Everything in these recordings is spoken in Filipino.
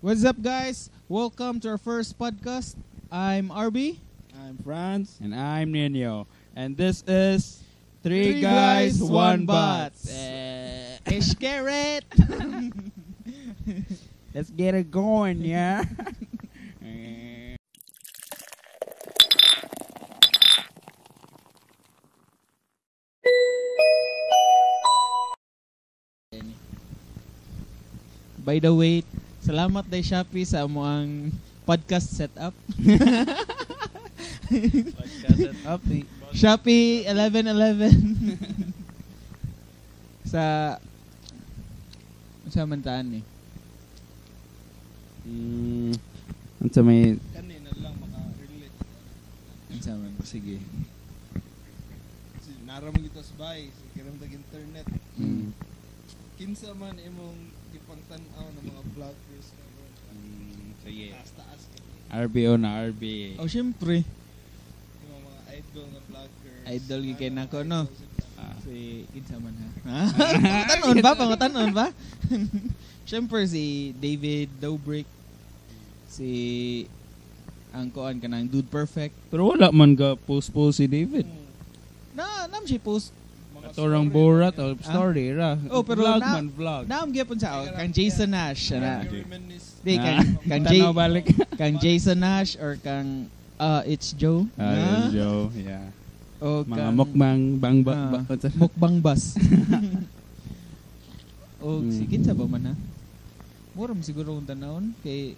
What's up, guys? Welcome to our first podcast. I'm RB. I'm Franz. And I'm Nino. And this is Three Guys, One Bots. Eh, Ish Garrett. let's get it going, yeah? Eh, By the way, salamat day Shopee sa amuang podcast setup. up, eh. Shopee 1111. sa sa mantaan eh. Mm, ano sa may... Kanina lang maka-relate. Sa man sige. Kasi naramang ito sa bahay, sa kiramdag internet. Mm, Kinsa man imong ipang tanaw ng mga vlog views na ron. mm, sige. Taas-taas ka. RBO na RB. Oh, syempre. Yung mga idol na vloggers. Idol gi kay Ano, nako, no? idol sila. Ah. Si kinsa man ha. Pangutanon Ah, ba? Pangutanon ba? Siyempre si David Dobrik. Si ang kuan kanang Dude Perfect. Pero wala man ka post-post si David. Hmm, Na nam si post. mga Katorang story borat na o story ra. Oh, pero vlog na- man vlog. Naam gyapon sa ako, kang Jason Nash yan. ana. Yung reminisce. Di Na. kang kang J Tanaw Ah. balik. kang Jason Nash or kang uh, it's Joe. na? Ah, Joe, yeah. O Mga kang- mukbang, bang, ba, Ah, ba, what's- mukbang bus. o Hmm. si kinsa ba man ha? Muram siguro kung tanawon kay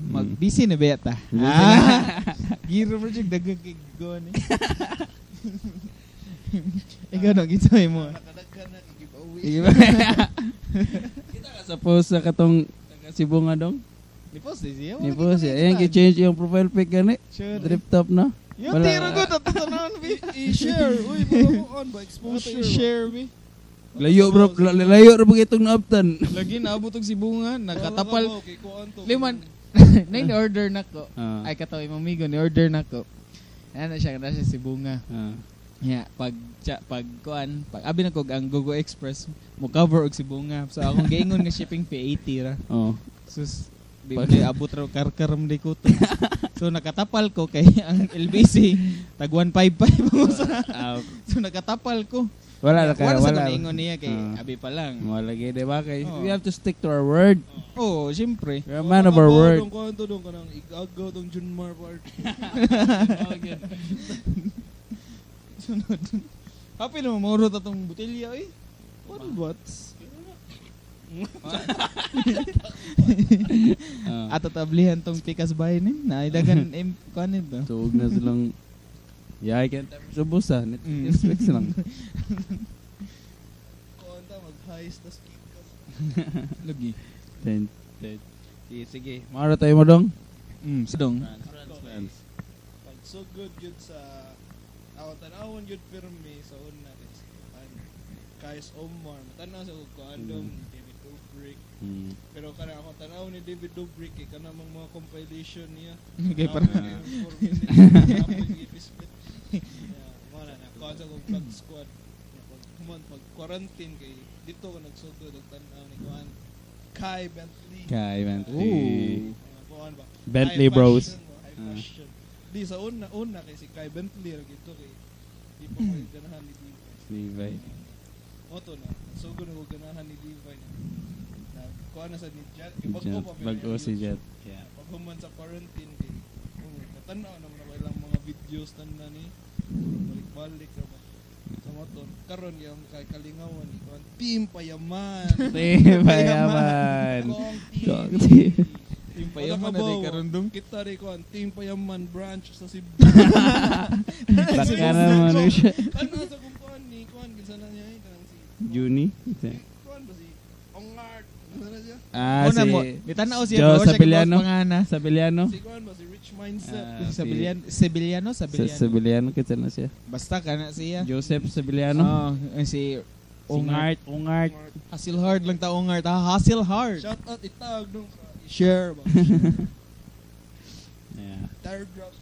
Mag Hmm. busy na ba yata? Ah, Giro mo siya dagagiggo ni. Ikaw nang gitsoy mo. Nakadaghan na giveaway. Iba. Kita ka sa post sa katong taga Cebu nga dong. Ni post siya. Ni boss, ayan gi-change yung profile pic gani. Drip top na. Yo Wala. tiro ko tatanaw bi. I-share. Uy, mga on ba? Exposure. share bi. Layo iya, bro, la- layo ra bagay itong naabtan. Lagi naabot og si bunga nakatapal. Liman Liman. nay ni order nako. Ah. Ay kataw imong migo ni order nako. Ano siya kana siya si bunga. Ah. Yeah, pag cha, pag kuan, pag abi na kog ang Gogo Express mo cover og si bunga. So akong giingon nga shipping fee 80 ra. Oh. Sus, di Pag- pag abot raw karkaram di ko to. so nakatapal ko kay ang LBC tag 155 ang usa. Ah, So nakatapal ko. wala na kaya, Wala wala. sa ingon niya kay Ah. abi pa lang. Wala gyud di ba kay Oh. we have to stick to our word. Oo, oh, syempre. We're a man of our word. Kung kanto dong kanang igagaw tong Junmar party. Sunod. Happy na mamuro ta tong botelya eh. What what? Ah. At tatablihan tong pikas bahay ni na idagan em kanin ba? Tuog na silang Yeah, I can't sa busa. Net- Mm. Netflix lang. Kanta mag-heist tas kikas. Lagi. Then, then. Sige, sige. Mara tayo mo dong. Mm, sidong. Pag so good yun sa awan tanawon yun firme sa una kay sa kuan. Kais Omar, matanaw sa kung kaandom ni David Dobrik. Mm. Pero kana ako tanaw ni David Dobrik kay kana mga mga compilation niya. Okay, Tanaw para. niya yung four minutes, tapos i-pispit. Yeah, wala na kuha sa kong vlog squad. Yeah, Pag human pag quarantine kay dito ko nagsugod ang tanaw ni kuan Kai Bentley. Kay Ooh. Bentley. Mga kuhaan ba? Bentley High Bros. fashion mo, high Ah. fashion. Di sa una una kay si Kai Bentley ra gito kay di pa ko ganahan ni Levi. Levi. Oto na. So ko na ko ganahan ni Levi na. Na kuha na sa ni Jet. kay bago Jet. pa may Bago oh, si videos. Jet. Yeah. Pag human sa quarantine kay oh, katanaw na mo na ilang mga videos tan na ni. Balik-balik ra ba. Sa motor karon yung kay kalingawan ni kuhaan, Team Payaman. Team Payaman. Kong Kong TV. Yung Wala payaman ka na di bawa. karundong. Kita rin ko ang Team Payaman branch sa Cebu. Baka naman ano siya. Ano sa kung kuhan ni Kuhan, kinsa na niya eh, kanang si... Juni. Kuhan ba si Ongart? Kinsa na siya? Ah, Una si... mo, mitanaw siya Joe bro, siya Sabiliano. kay boss pangana. Sa Biliano. Si Kuhan ba si Rich Mindset? Ah, si- Sabiliano, Sabiliano, Sa Sabiliano. sa Biliano. Kita na siya. Basta ka na siya. Joseph Sabiliano. Ano? Oh, si Ongart. Ungart. Ungart. Ongart. Hassle hard lang ta Ongart. Ha, hassle hard. Shout out itag nung share ba? Yeah. Tire Hmm. drops.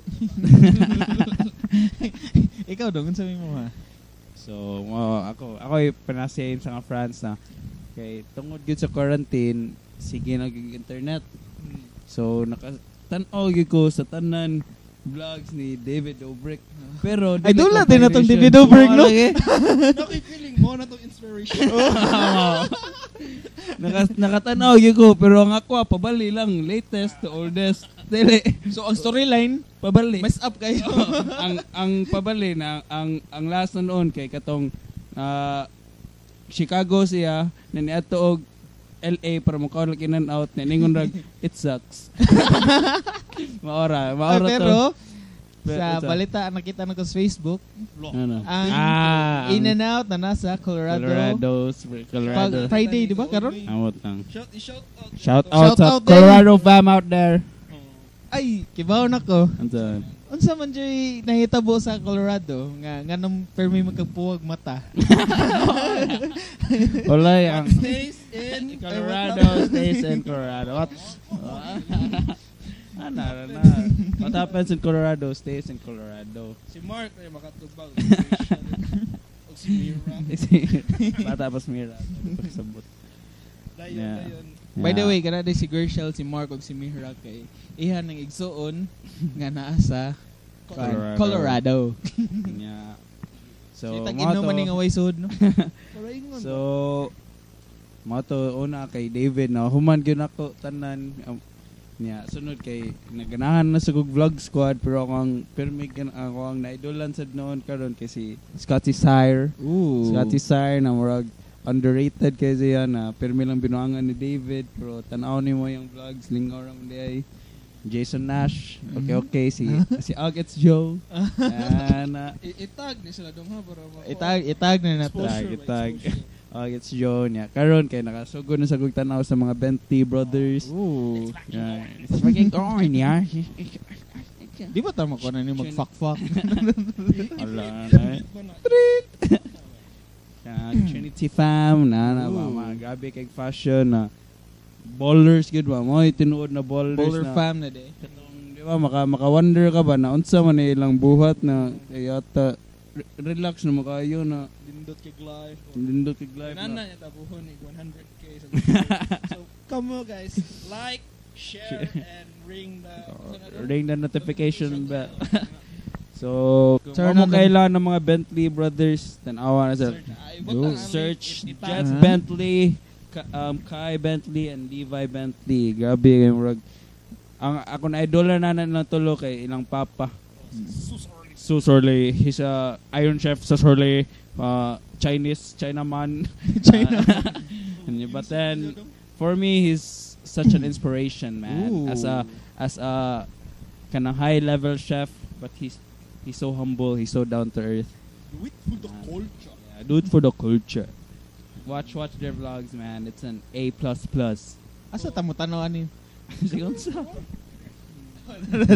Ikaw dong, sabi mo ha. So, mo ako, ako ay panasihin sa nga France na kay tungod gyud sa quarantine, sige na gyud internet. Hmm. So naka tan-aw gyud ko sa tanan vlogs ni David Dobrik. Pero Ay, dula din na tong compilation. David Dobrik, no? Oo, lagi. Okay, feeling mo na to inspiration. Oh. Naka, nakatanaw gyud ko pero ang ako ah, pabali lang latest to oldest. Dili So, ang storyline, pabali. mess up kayo. ang ang pabali na ang ang last na noon kay katong ah, Chicago siya na niadto og LA para mo lang kinan out na ningon rag it sucks. Ah, maora, maora pero, to. sa Pero, sa- balita, nakita na ko sa Facebook, Block. Ano? ang ah, in and out na nasa Colorado. Colorado, Colorado. Pag- Friday, di ba, karon? Amot lang. Shout, shout out. Shout out out Shout sa sa out din. Colorado Colorado fam out there. Oh. Ay, kibaw na ko. Unsa man jay nahitabo sa Colorado nga nganong permi magkapuwag mata. Olay ang Stays in Colorado stays in Colorado. What? Ana na. What happens in Colorado stays in Colorado. Si Mark ay makatubag. o si Mira. Matapos mira pagsabot. Dayon, Yeah. dayon. By the way, kana si Gershel, si Mark ug si Mihra kay iha nang igsuon nga naa sa Colorado. Colorado. yeah. So, Kita So, mo ginom man to- nga waysod no. Paraingon. So, mo to una kay David na human gyud ako tanan um, niya. Sunod kay naganahan na sa kog vlog squad pero ako ang pirmig ako ang naidolan sad noon karon kay si Scotty Sire. Ooh. Scotty Sire na murag underrated kay siya na pirmi lang binuangan ni David pero tanaw ni mo yung vlogs lingaw ra man diay. Jason Nash, okay Mm-hmm. okay si si Agets Joe. uh, Ana, I- itag ni sila dong ha para mako- itag itag na nato. Exposure ba, Itag, itag. exposure? Agets Joe niya. Karon kay nakasugod na sa kog tanaw sa mga Benty brothers. Ooh. Yeah. It's fucking going, yeah. Di ba tama ko na ni magfuck-fuck? Ala na. eh. Ba na? Ah, Trinity fam na na Ooh. mga gabi kay fashion na ballers gud ba mo tinuod na ballers Bowler na fam na de. Katong, di ba, maka, maka-wonder ka ba na unsa man ang ilang buhat na yata re- relax na makaayo na Lindot kay Clive. lindot kag life Nana na. niya tabuhon ni 100k sa So, come on guys. Like, share, and ring the... Uh, Ring the notification bell. so, Turn ano turn on mo the- kailan ng mga Bentley brothers, tanawa na sa Search, ay, Yo. butang ang link, search it- itag. Jet Ah. Bentley, Ka- um, Kai Bentley and Levi Bentley. Grabe yung rag. Ang ako na idol na na na tulo kay ilang papa. Susorli. So Sorley, he's a Iron Chef so Sorley, uh, Chinese Chinaman. Ah, China. Uh, but then for me he's such an inspiration, man. Ooh. As a as a kind of high level chef, but he's he's so humble, he's so down to earth. With full the Uh-huh. culture. Yeah, do it for the culture. Watch watch their vlogs, man. It's an A plus plus. Asa tamo tanaw ani? Nasa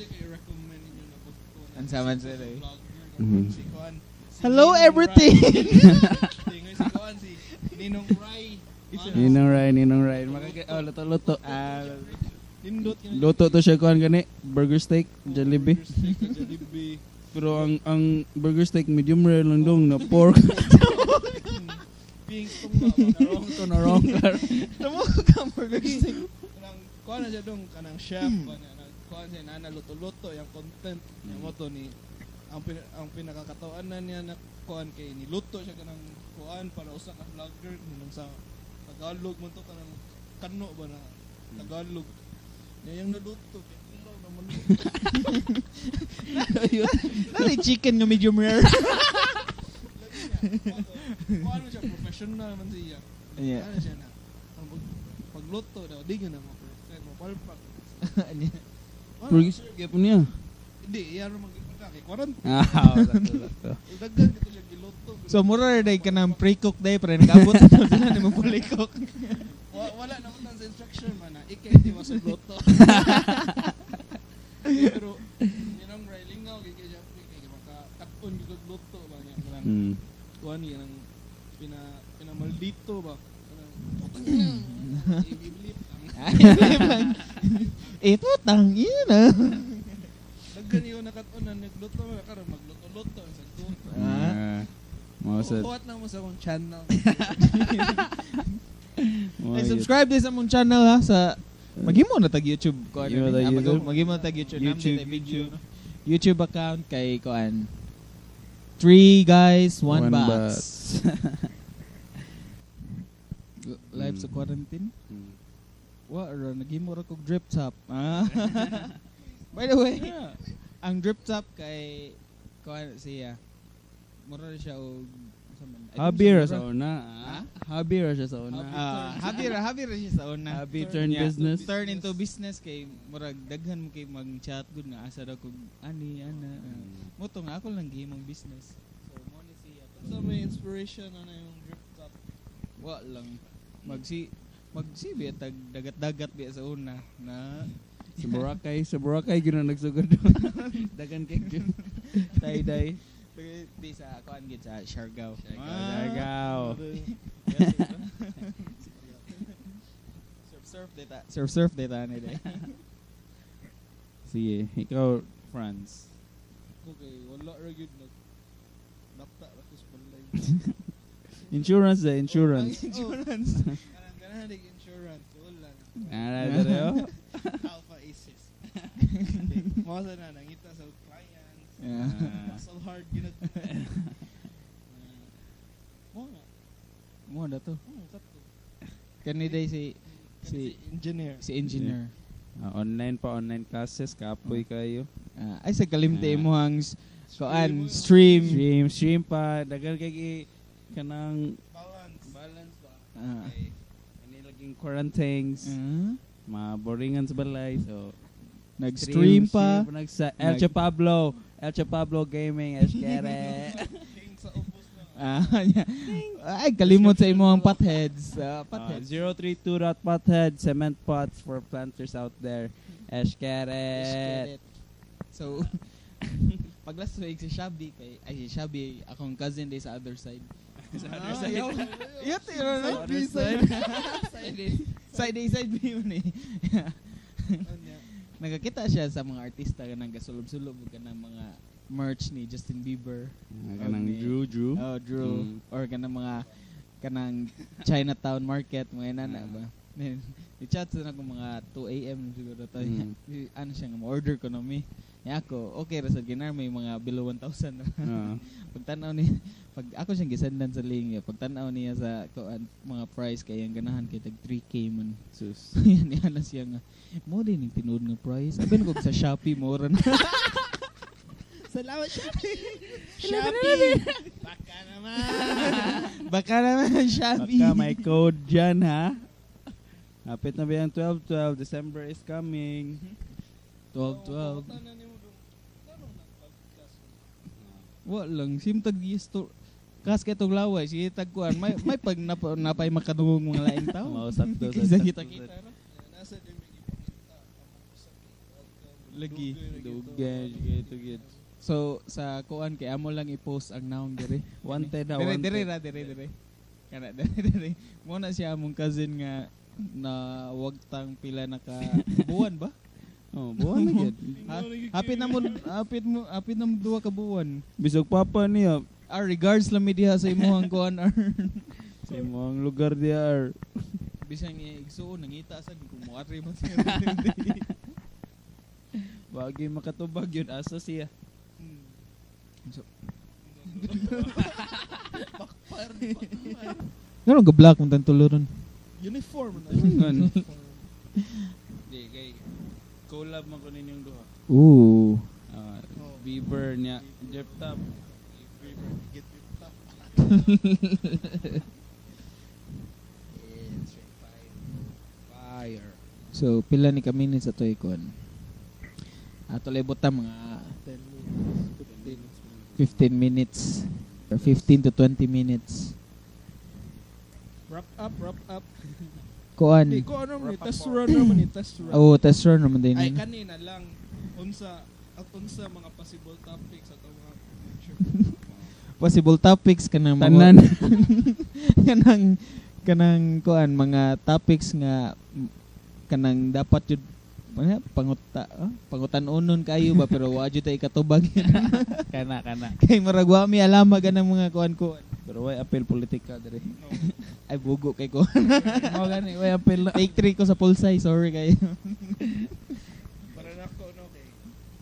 di kayo recommend ninyo na book ko na- Ang saman sila eh. Vlogger, Mhm. si Kuan, si Hello, Ninong everything! Rai. Tingoy si Kuan, si Ninong Rai. Ninong Ryan, Ninong Ryan. Makaka- oh, luto, luto. Ah, Nindot ka na- Luto to siya kuhan gani. Burger steak, Jollibee. Burger steak sa Jollibee. Pero ang ang burger steak medium rare lang dong na pork. Pink tong mga Narong to, narong. tamo ko ka burger steak. kanang kuan na siya dong kanang chef kuan na nag- kuan siya na luto-luto yung content niya mo to ni ang pin, ang pinakakatawaan na niya na kuan kay ni luto siya kanang kuan para usa ka vlogger nung sa Tagalog man to kanang kano ba na Tagalog Ya, niya yung naluto kay ilaw na man Nani chicken nga medium rare. kuan mo siya professional man siya Yeah. ano siya na ang pag, pagluto daw di gyud na mo perfect mo Ano palpak Wala, Burger steak gyapon niya. hindi iya ra magiging kay quarantine Ah, luto, luto. dagdag ito siya giluto so mura day ka ng pre-cook day pero nagabot na to sila ni mo fully cook. Wa- wala na utang sa instruction man na ikay di masugloto. Eh, Pero ninong railing nga kay kay Jeffrey kay maka katun gyud luto ba niya kanang Hmm. Mm. kuan niya nang pina pina maldito ba. Kanang putang ina. Ibilip ang Eh, tutang yun ah. daghan yo nakatun na nagluto man karon magluto-luto ang sagtuon. Ah. Ah. Mao sad. Kuhat na mo sa akong channel. Ay, subscribe din sa mong channel ha sa Maghimo na tag YouTube ko Maghimo ano. na tag Maghimo YouTube. maghimo na tag YouTube, YouTube, YouTube, video. no? YouTube account kay Koan. Three guys, one, One box. Live Hmm. sa quarantine. Wa ra naghimo ra kog drip top. Ah. By the way, ang drip top kay Koan siya. Mura rin siya og asa man. I think Happy ra mura- sa una. Ha? ah. Happy ra siya sa una. Ah, happy ra, happy ra siya sa una. Happy turn business. Turn into business kay murag daghan mo kay mag chat gud nga asa daw kog ani ana. ah. Hmm. Moto nga ako lang gihimong business. So mo ni siya. So may inspiration na na yung drip top. Wa lang magsi magsibi at tag dagat-dagat biya sa una na Sa Boracay, sa Boracay gyud na nagsugod. Dagan kay gyud. Tie-dye. Pero di sa kuan gid sa Siargao. Ah. Dagaw. Surf surf data. Surf surf data ni day. Oh. Sige, ikaw Franz. Okay, wala ra gyud nag nakta ra ko sa balay. Insurance eh, insurance. Ang insurance. Karang ganahan dig insurance. Wala na. Ah, dere. Alpha Aces. Mao sa na nangita sa clients. Yeah. Hustle hard ginag. Mo na. Mo na to. Mo tatlo. Kani day si si Si engineer. si engineer. Ah, online pa online classes kapoy kayo. Ah, ay sa kalimti Ah. mo ang s- kuan Stream. stream. Stream, stream pa dagan kay gi- kanang Balance. Balance ba? Ah. Ani laging quarantines, Ah. ma boringan sa balay. So Nag-stream pa. stream nagsa Nag- El Chapablo, El Chapablo Gaming, Eskere. King sa opos na. Ah, yeah. Ay, kalimot sa imo ang potheads. Ah, Uh, potheads. 032 dot pothead cement pots for planters out there. Eskere. Skelet. So, pag last week si Shabby, kay, ay si Shabby, akong cousin day sa other side. Sa Ah, other side. yaw. Yun, tiro Sa no? other side. Side A, side B yun eh. Anya. Nagkakita siya sa mga artista ka ng gasulob-sulob ka ng mga merch ni Justin Bieber. Ah, Kanang Drew Drew. Oh, Drew. Mm. Or ka ng mga kanang Chinatown Market, mga inana Ah. ba? Then, i-chat na ako mga 2 a.m. siguro to. Mm. Di- ano siya nga, order ko na mi. Ya ako, okay, rasad ginar, may mga below 1,000 na. Ah. pagtanaw ni pag ako siyang gisandan sa linya pagtanaw niya sa kuan, mga price kay ang ganahan kay tag 3k man Sus. yan yan lang siya nga mo din yung tinuod nga price abin ko sa Shopee mo ron Salamat, Shopee! Shopee! Baka naman! baka naman Shopee Baka may code dyan ha. Kapit na ba yung 12-12? December is coming. 12 12 wa lang sim tag store kas kay tog laway sige tag kuan may may pag napa, napay makadungog mga laing tao Mausap to. Kisa kita kita Lagi. Dugay, dugay, dugay. so sa kuan kay amo lang i-post ang noun dire Wanted na Dire wanted. dire ra dire dire. Kana dire dire. Mo na siya among cousin nga na wagtang pila naka buwan ba? Oh, buwan na yun. Ha? Hapit na mo hapit mo hapit na mo duwa ka buwan. Bisog papa niya. Ah, regards lang mi diha sa imong kuan ah. ar. Sa imong lugar diya. Bisan nga igsuon nangita sa kung moari man Bagay makatubag yun. Asa siya. Hmm. Ngano ga black mo tantulo ron? Uniform na. Ganun. Di, kay. Collab man ko ninyong duha. Ooh. Ah, Oh. Bieber niya. Jeff Top. Get it top. Fire. So pila ni kami ni sa toy kon. Ato lebot ta mga 10 minutes. 15 15 minutes. minutes or 15 to 20 minutes. Wrap up, wrap up. Di, Kuan. ko ano man, Wrap up test all. run naman, eh, test run. Oh, test run naman din. Ay, kanina lang. Unsa, at unsa mga possible topics at ang mga future. Possible topics kanang mga- Tanan. kanang kanang kuan mga topics nga m- kanang dapat jud ano, panguta ah, pangutan-unon kayo ba pero wa jud tay katubag kana, kana. kay murag wa mi alama ganang mga kuan kuan. Pero way appeal politika dere. No. Ay bugo kay ko. Mao gani way apil na. Take 3 ko sa pulsay, sorry kayo. Para na ako, no, kay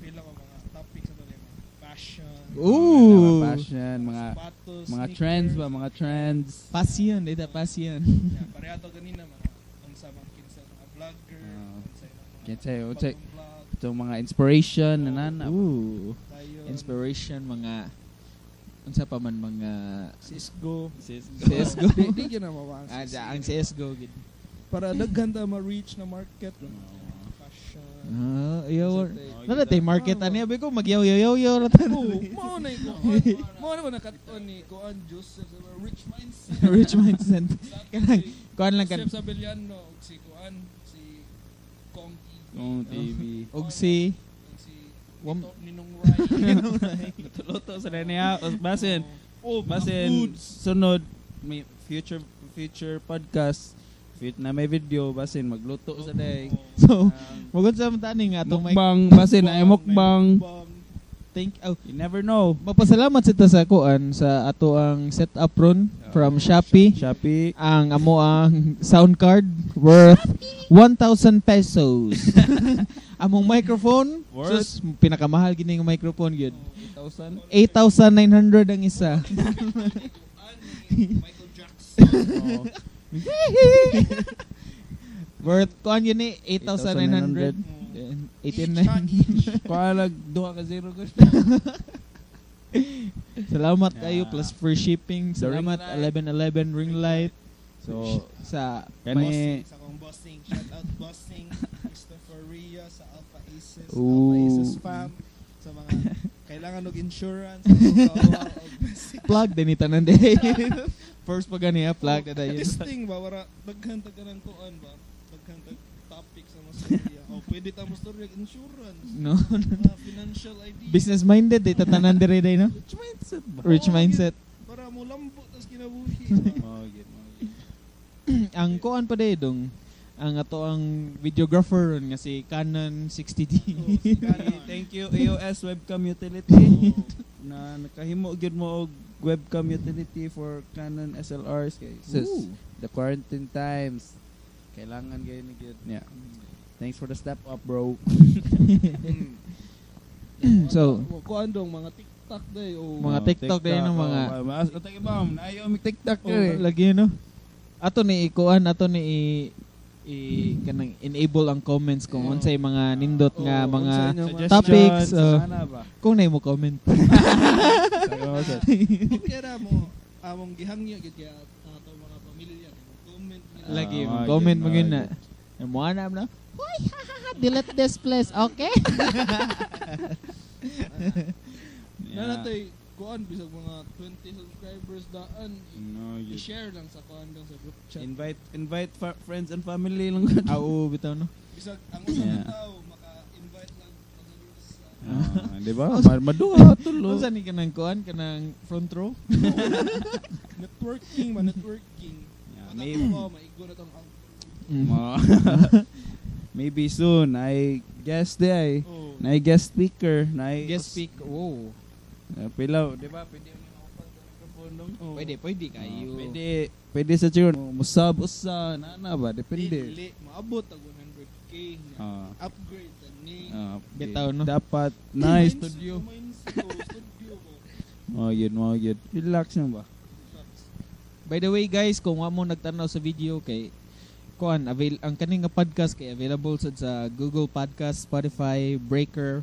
pila ko mga topics sa tuloy. mga Fashion. Ooh. Mga passion, mga sapatos, mga sneakers. trends ba, mga trends. Passion, dita passion. Yeah, pareha to ganina mga unsa man kinsa mga vlogger, Ah. unsa ilang mga Kinsay, eh, unsay- pag-vlog Itong mga inspiration na nana. Ooh. tayo. Inspiration mga unsa pa man mga CSGO. CS:GO. Di, di gyud na mawang Ah, CSGO. da, ang CS:GO gid. Para daghan ta ma-reach na market. Fashion. Ah, yo. Unsa tay- Nala tay market Ah, ani abi ko magyaw yaw yaw yaw ratan. Oh, mao na ikuan. Mao na ko nakaton ni Kuan Joseph sa mga Rich Mindset. Rich mindset. Sa- Kanang- si Kuan lang kan. Joseph Sabellano ug si Kuan si Kongi. Kung TV. Og si ug si Wam- Nito- Ninong Rai. Luto sa niya. Basin. Oh, mga Basin. foods. Sunod. May future future podcast. Fit na may video. Basin. Magluto sa day. Oh. So, Um, mugod sa tani nga atong may Mukbang. Basin. Ay mukbang. thank oh, You never know. Mapasalamat sita sa kuan sa ato ang setup ron from Shopee. Shopee. Ang amo ang sound card worth 1,000 pesos. Among microphone, sus, Worth? pinakamahal gini yung microphone yun. 8,000. 8,900 ang isa. Michael Jackson. Oo. worth kuan yun eh, ni 8,900. 89. Kualag. Duha ka zero ko. Salamat Yeah. kayo plus free shipping. The ring Salamat light. 1111 ring light. So, sa kani. Sa akong bossing. Shout out bossing. Christopher Ria sa Alpha Aces. Ooh. Alpha Aces fam. Sa mga kailangan og insurance. kawawa, og basic. plug din ita nanday. First pa gani ha, plug Oh. na tayo. This thing ba, wara, daghan tag kanang kuan ba? Daghan tag topic sa mga storya. O, pwede ta mo storya og insurance. No. mga financial idea. Business minded dita tanan dire day no. Rich mindset ba? Rich Oo, mindset. Para mo lambot tas kinabuhi. Oh, yun, oh, yun. ang kuan pa day dong ang ato ang videographer ron nga si Canon 60D. Ganon. Thank you EOS webcam utility na nakahimo gyud mo og webcam utility for Canon SLRs kay sis, Ooh. the quarantine times kailangan gyud ni gyud. Yeah. Thanks for the step up, bro. Mm. So- kuan dong mga TikTok day o Mga Oh, Oh, TikTok oh, din ng mga- Atay ba, naayo mi TikTok Oh, lagi no. Ato ni ikuan ato ni i- i kanang enable ang comments kung Oo. unsay mga nindot nga Oo, mga unsay mga- topics, oh. Oh, sana ba? kung nay mo comment. Kaya mo among gihangyo gyud kaya ato mga pamilya comment nila. Like- Lagi Ah, mo comment yun, mo ah, gyud na. Mo na na. Hoy, hahaha, delete this place, okay? Na natay kuan bisag mga 20 subscribers daan i- i-share lang sa kuan lang sa group chat. Invite invite fa- friends and family lang ko. Ah, oo, bitaw no. Bisag ang usa ka Yeah. tawo maka-invite lang pag-alis sa Ah, di ba? Maduha tulo. Unsa ni kanang kuan kanang front row? networking ma networking. Yeah, Wala may- ko maigo na tong out. Mm. Ma- Maybe soon. I guess di ay. Oh. Na guest speaker. Na Guest speak. Wow. Pilaw. Di ba? Pwede mo makapag microphone nung. Oh. Pwede, pwede kayo. Ah, Pwede. Pwede sa tune. Musab, usa. Na na ba? Dili, Depende. dili. maabot ang 100k niya. Ah. Upgrade ta ni. Ah, okay. Bitaw, no? Dapat. Nice. Mindset, Studio. mindset, oh, studio ko. Oh, yun. Oh, yun. Relax na ba? By the way, guys, kung wa mo nagtanaw sa video kay kuan avail ang kaning nga podcast kay available sad sa Google Podcast, Spotify, Breaker,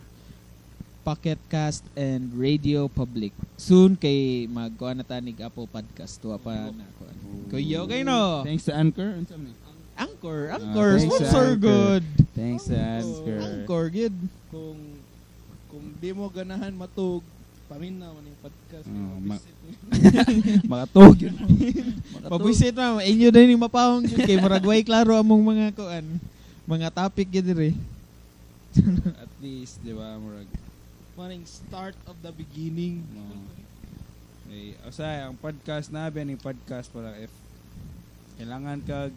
Pocket Cast and Radio Public. Soon kay magkuan na tanig Apple Podcast tuwa pa na kuan. Kuyo kay no. Thanks to Anchor. Unsa man? Anchor, Ah, Anchor, thanks sa sponsor Anchor. good. Thanks to Anchor. Oh, Anchor good. Kung kung di mo ganahan matug, paminaw man yung podcast. Oh, Oh, ma- Makatog yun. Pabuisit na, inyo na yung mapahong yun kay Maragway klaro among mga kuan. Mga topic yun dire. At least, di ba? Murag. Maning start of the beginning. No. Ay, eh, o sa ang podcast na ang podcast para if kailangan kag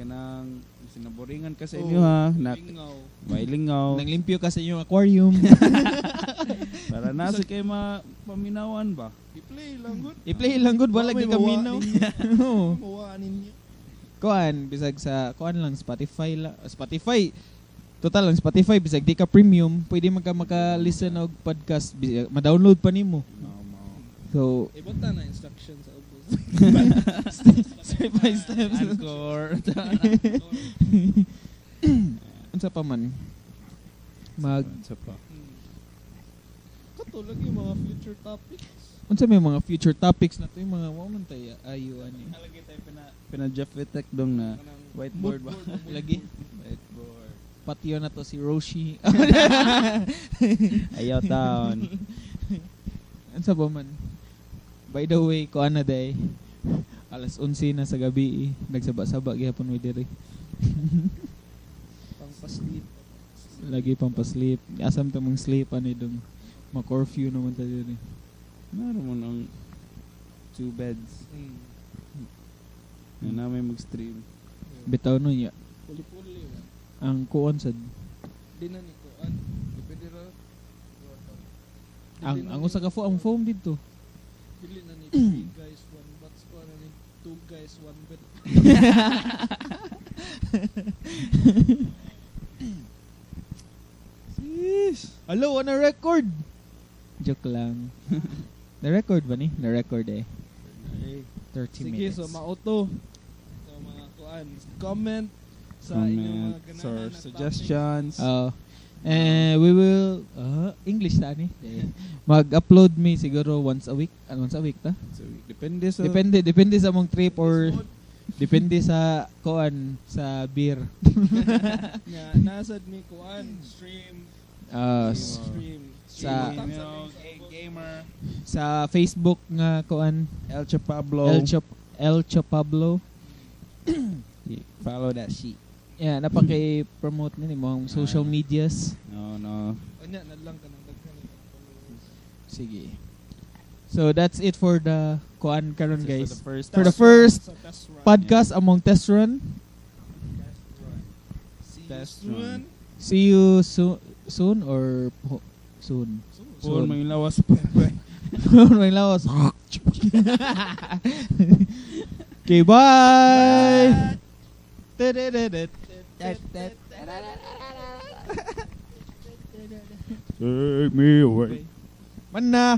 kanang sinaboringan ka sa inyo ha na Ingaw. mailingaw Nanglimpyo ka sa inyong aquarium. para nasa kay ma paminawan ba I-play lang good. I-play lang good, wala Wa may gyud kami no. mawa ninyo. Hmm. Oo. Oh. Mawaan ninyo. Kuan bisag sa kuan lang Spotify la, Spotify. Total lang Spotify bisag di ka premium, pwede magka maka-listen og podcast, bisag, ma-download pa nimo. Mao, mao. So, Ibota Eh, na instructions sa ubos. step by Ah, step. Anchor. ah. Unsa pa man? Mag Sa pa. Hmm. Katulad yung mga future topics. unsa may mga future topics na to yung mga wa man tay ayo ani. Alagay tayo pina... Pina Jeff Vitek dong na kanang whiteboard ba? moodboard, moodboard. Lagi Whiteboard. patio na to si Roshi. Ayaw town. Unsa ba man? By the way, ko ana day. Alas 11 na sa gabi. eh. Nagsaba-saba gihapon mi diri. Pang-sleep. Lagi pang pa-sleep. Asam ta mong sleep ani dong. Ma-curfew naman ta diri. Meron mo ng two beds Hmm. na namin mag-stream. Bitaw no niya Puli-puli ba? ang kuon sad. Di na ni Kuan. Depende ra. Di Ang na ang ni- usa ka fo ang foam dito. Dili na ni three guys, one bat. Kuan na ni two guys, one bet. Hello, on a record. Joke lang. Na record ba ni? Na record eh. 30 Sige, minutes. so mauto. Ito ang mga Kuan. Comment sa Comment, inyong mga ganahan na or topics. suggestions. Oh. Eh, we will uh, English ta ni. Mag-upload me siguro once a week. Ah, once a week ta? So, depende sa... depende depende sa mong trip or depende sa koan sa beer. Nga, nasad ni Kuan. Stream. Ah, s- Stream. Sa- Stream. Email, ga- gamer, sa Facebook nga koan El Chapablo. El Chop El Chopablo. Follow that sheet. Yeah, napaki-promote ni mo ang social Ah. medias. No, no. Anya, nadlang ka ng daghan. Sige. So that's it for the koan karon For the guys. first For the Test run, first sa test run. Podcast among test run. See you Test soon. run. See you soon soon or ho- soon. Soon. Puro Soon. may lawas pa. May lawas. okay, bye. Tadadadad. Take me away. Mana?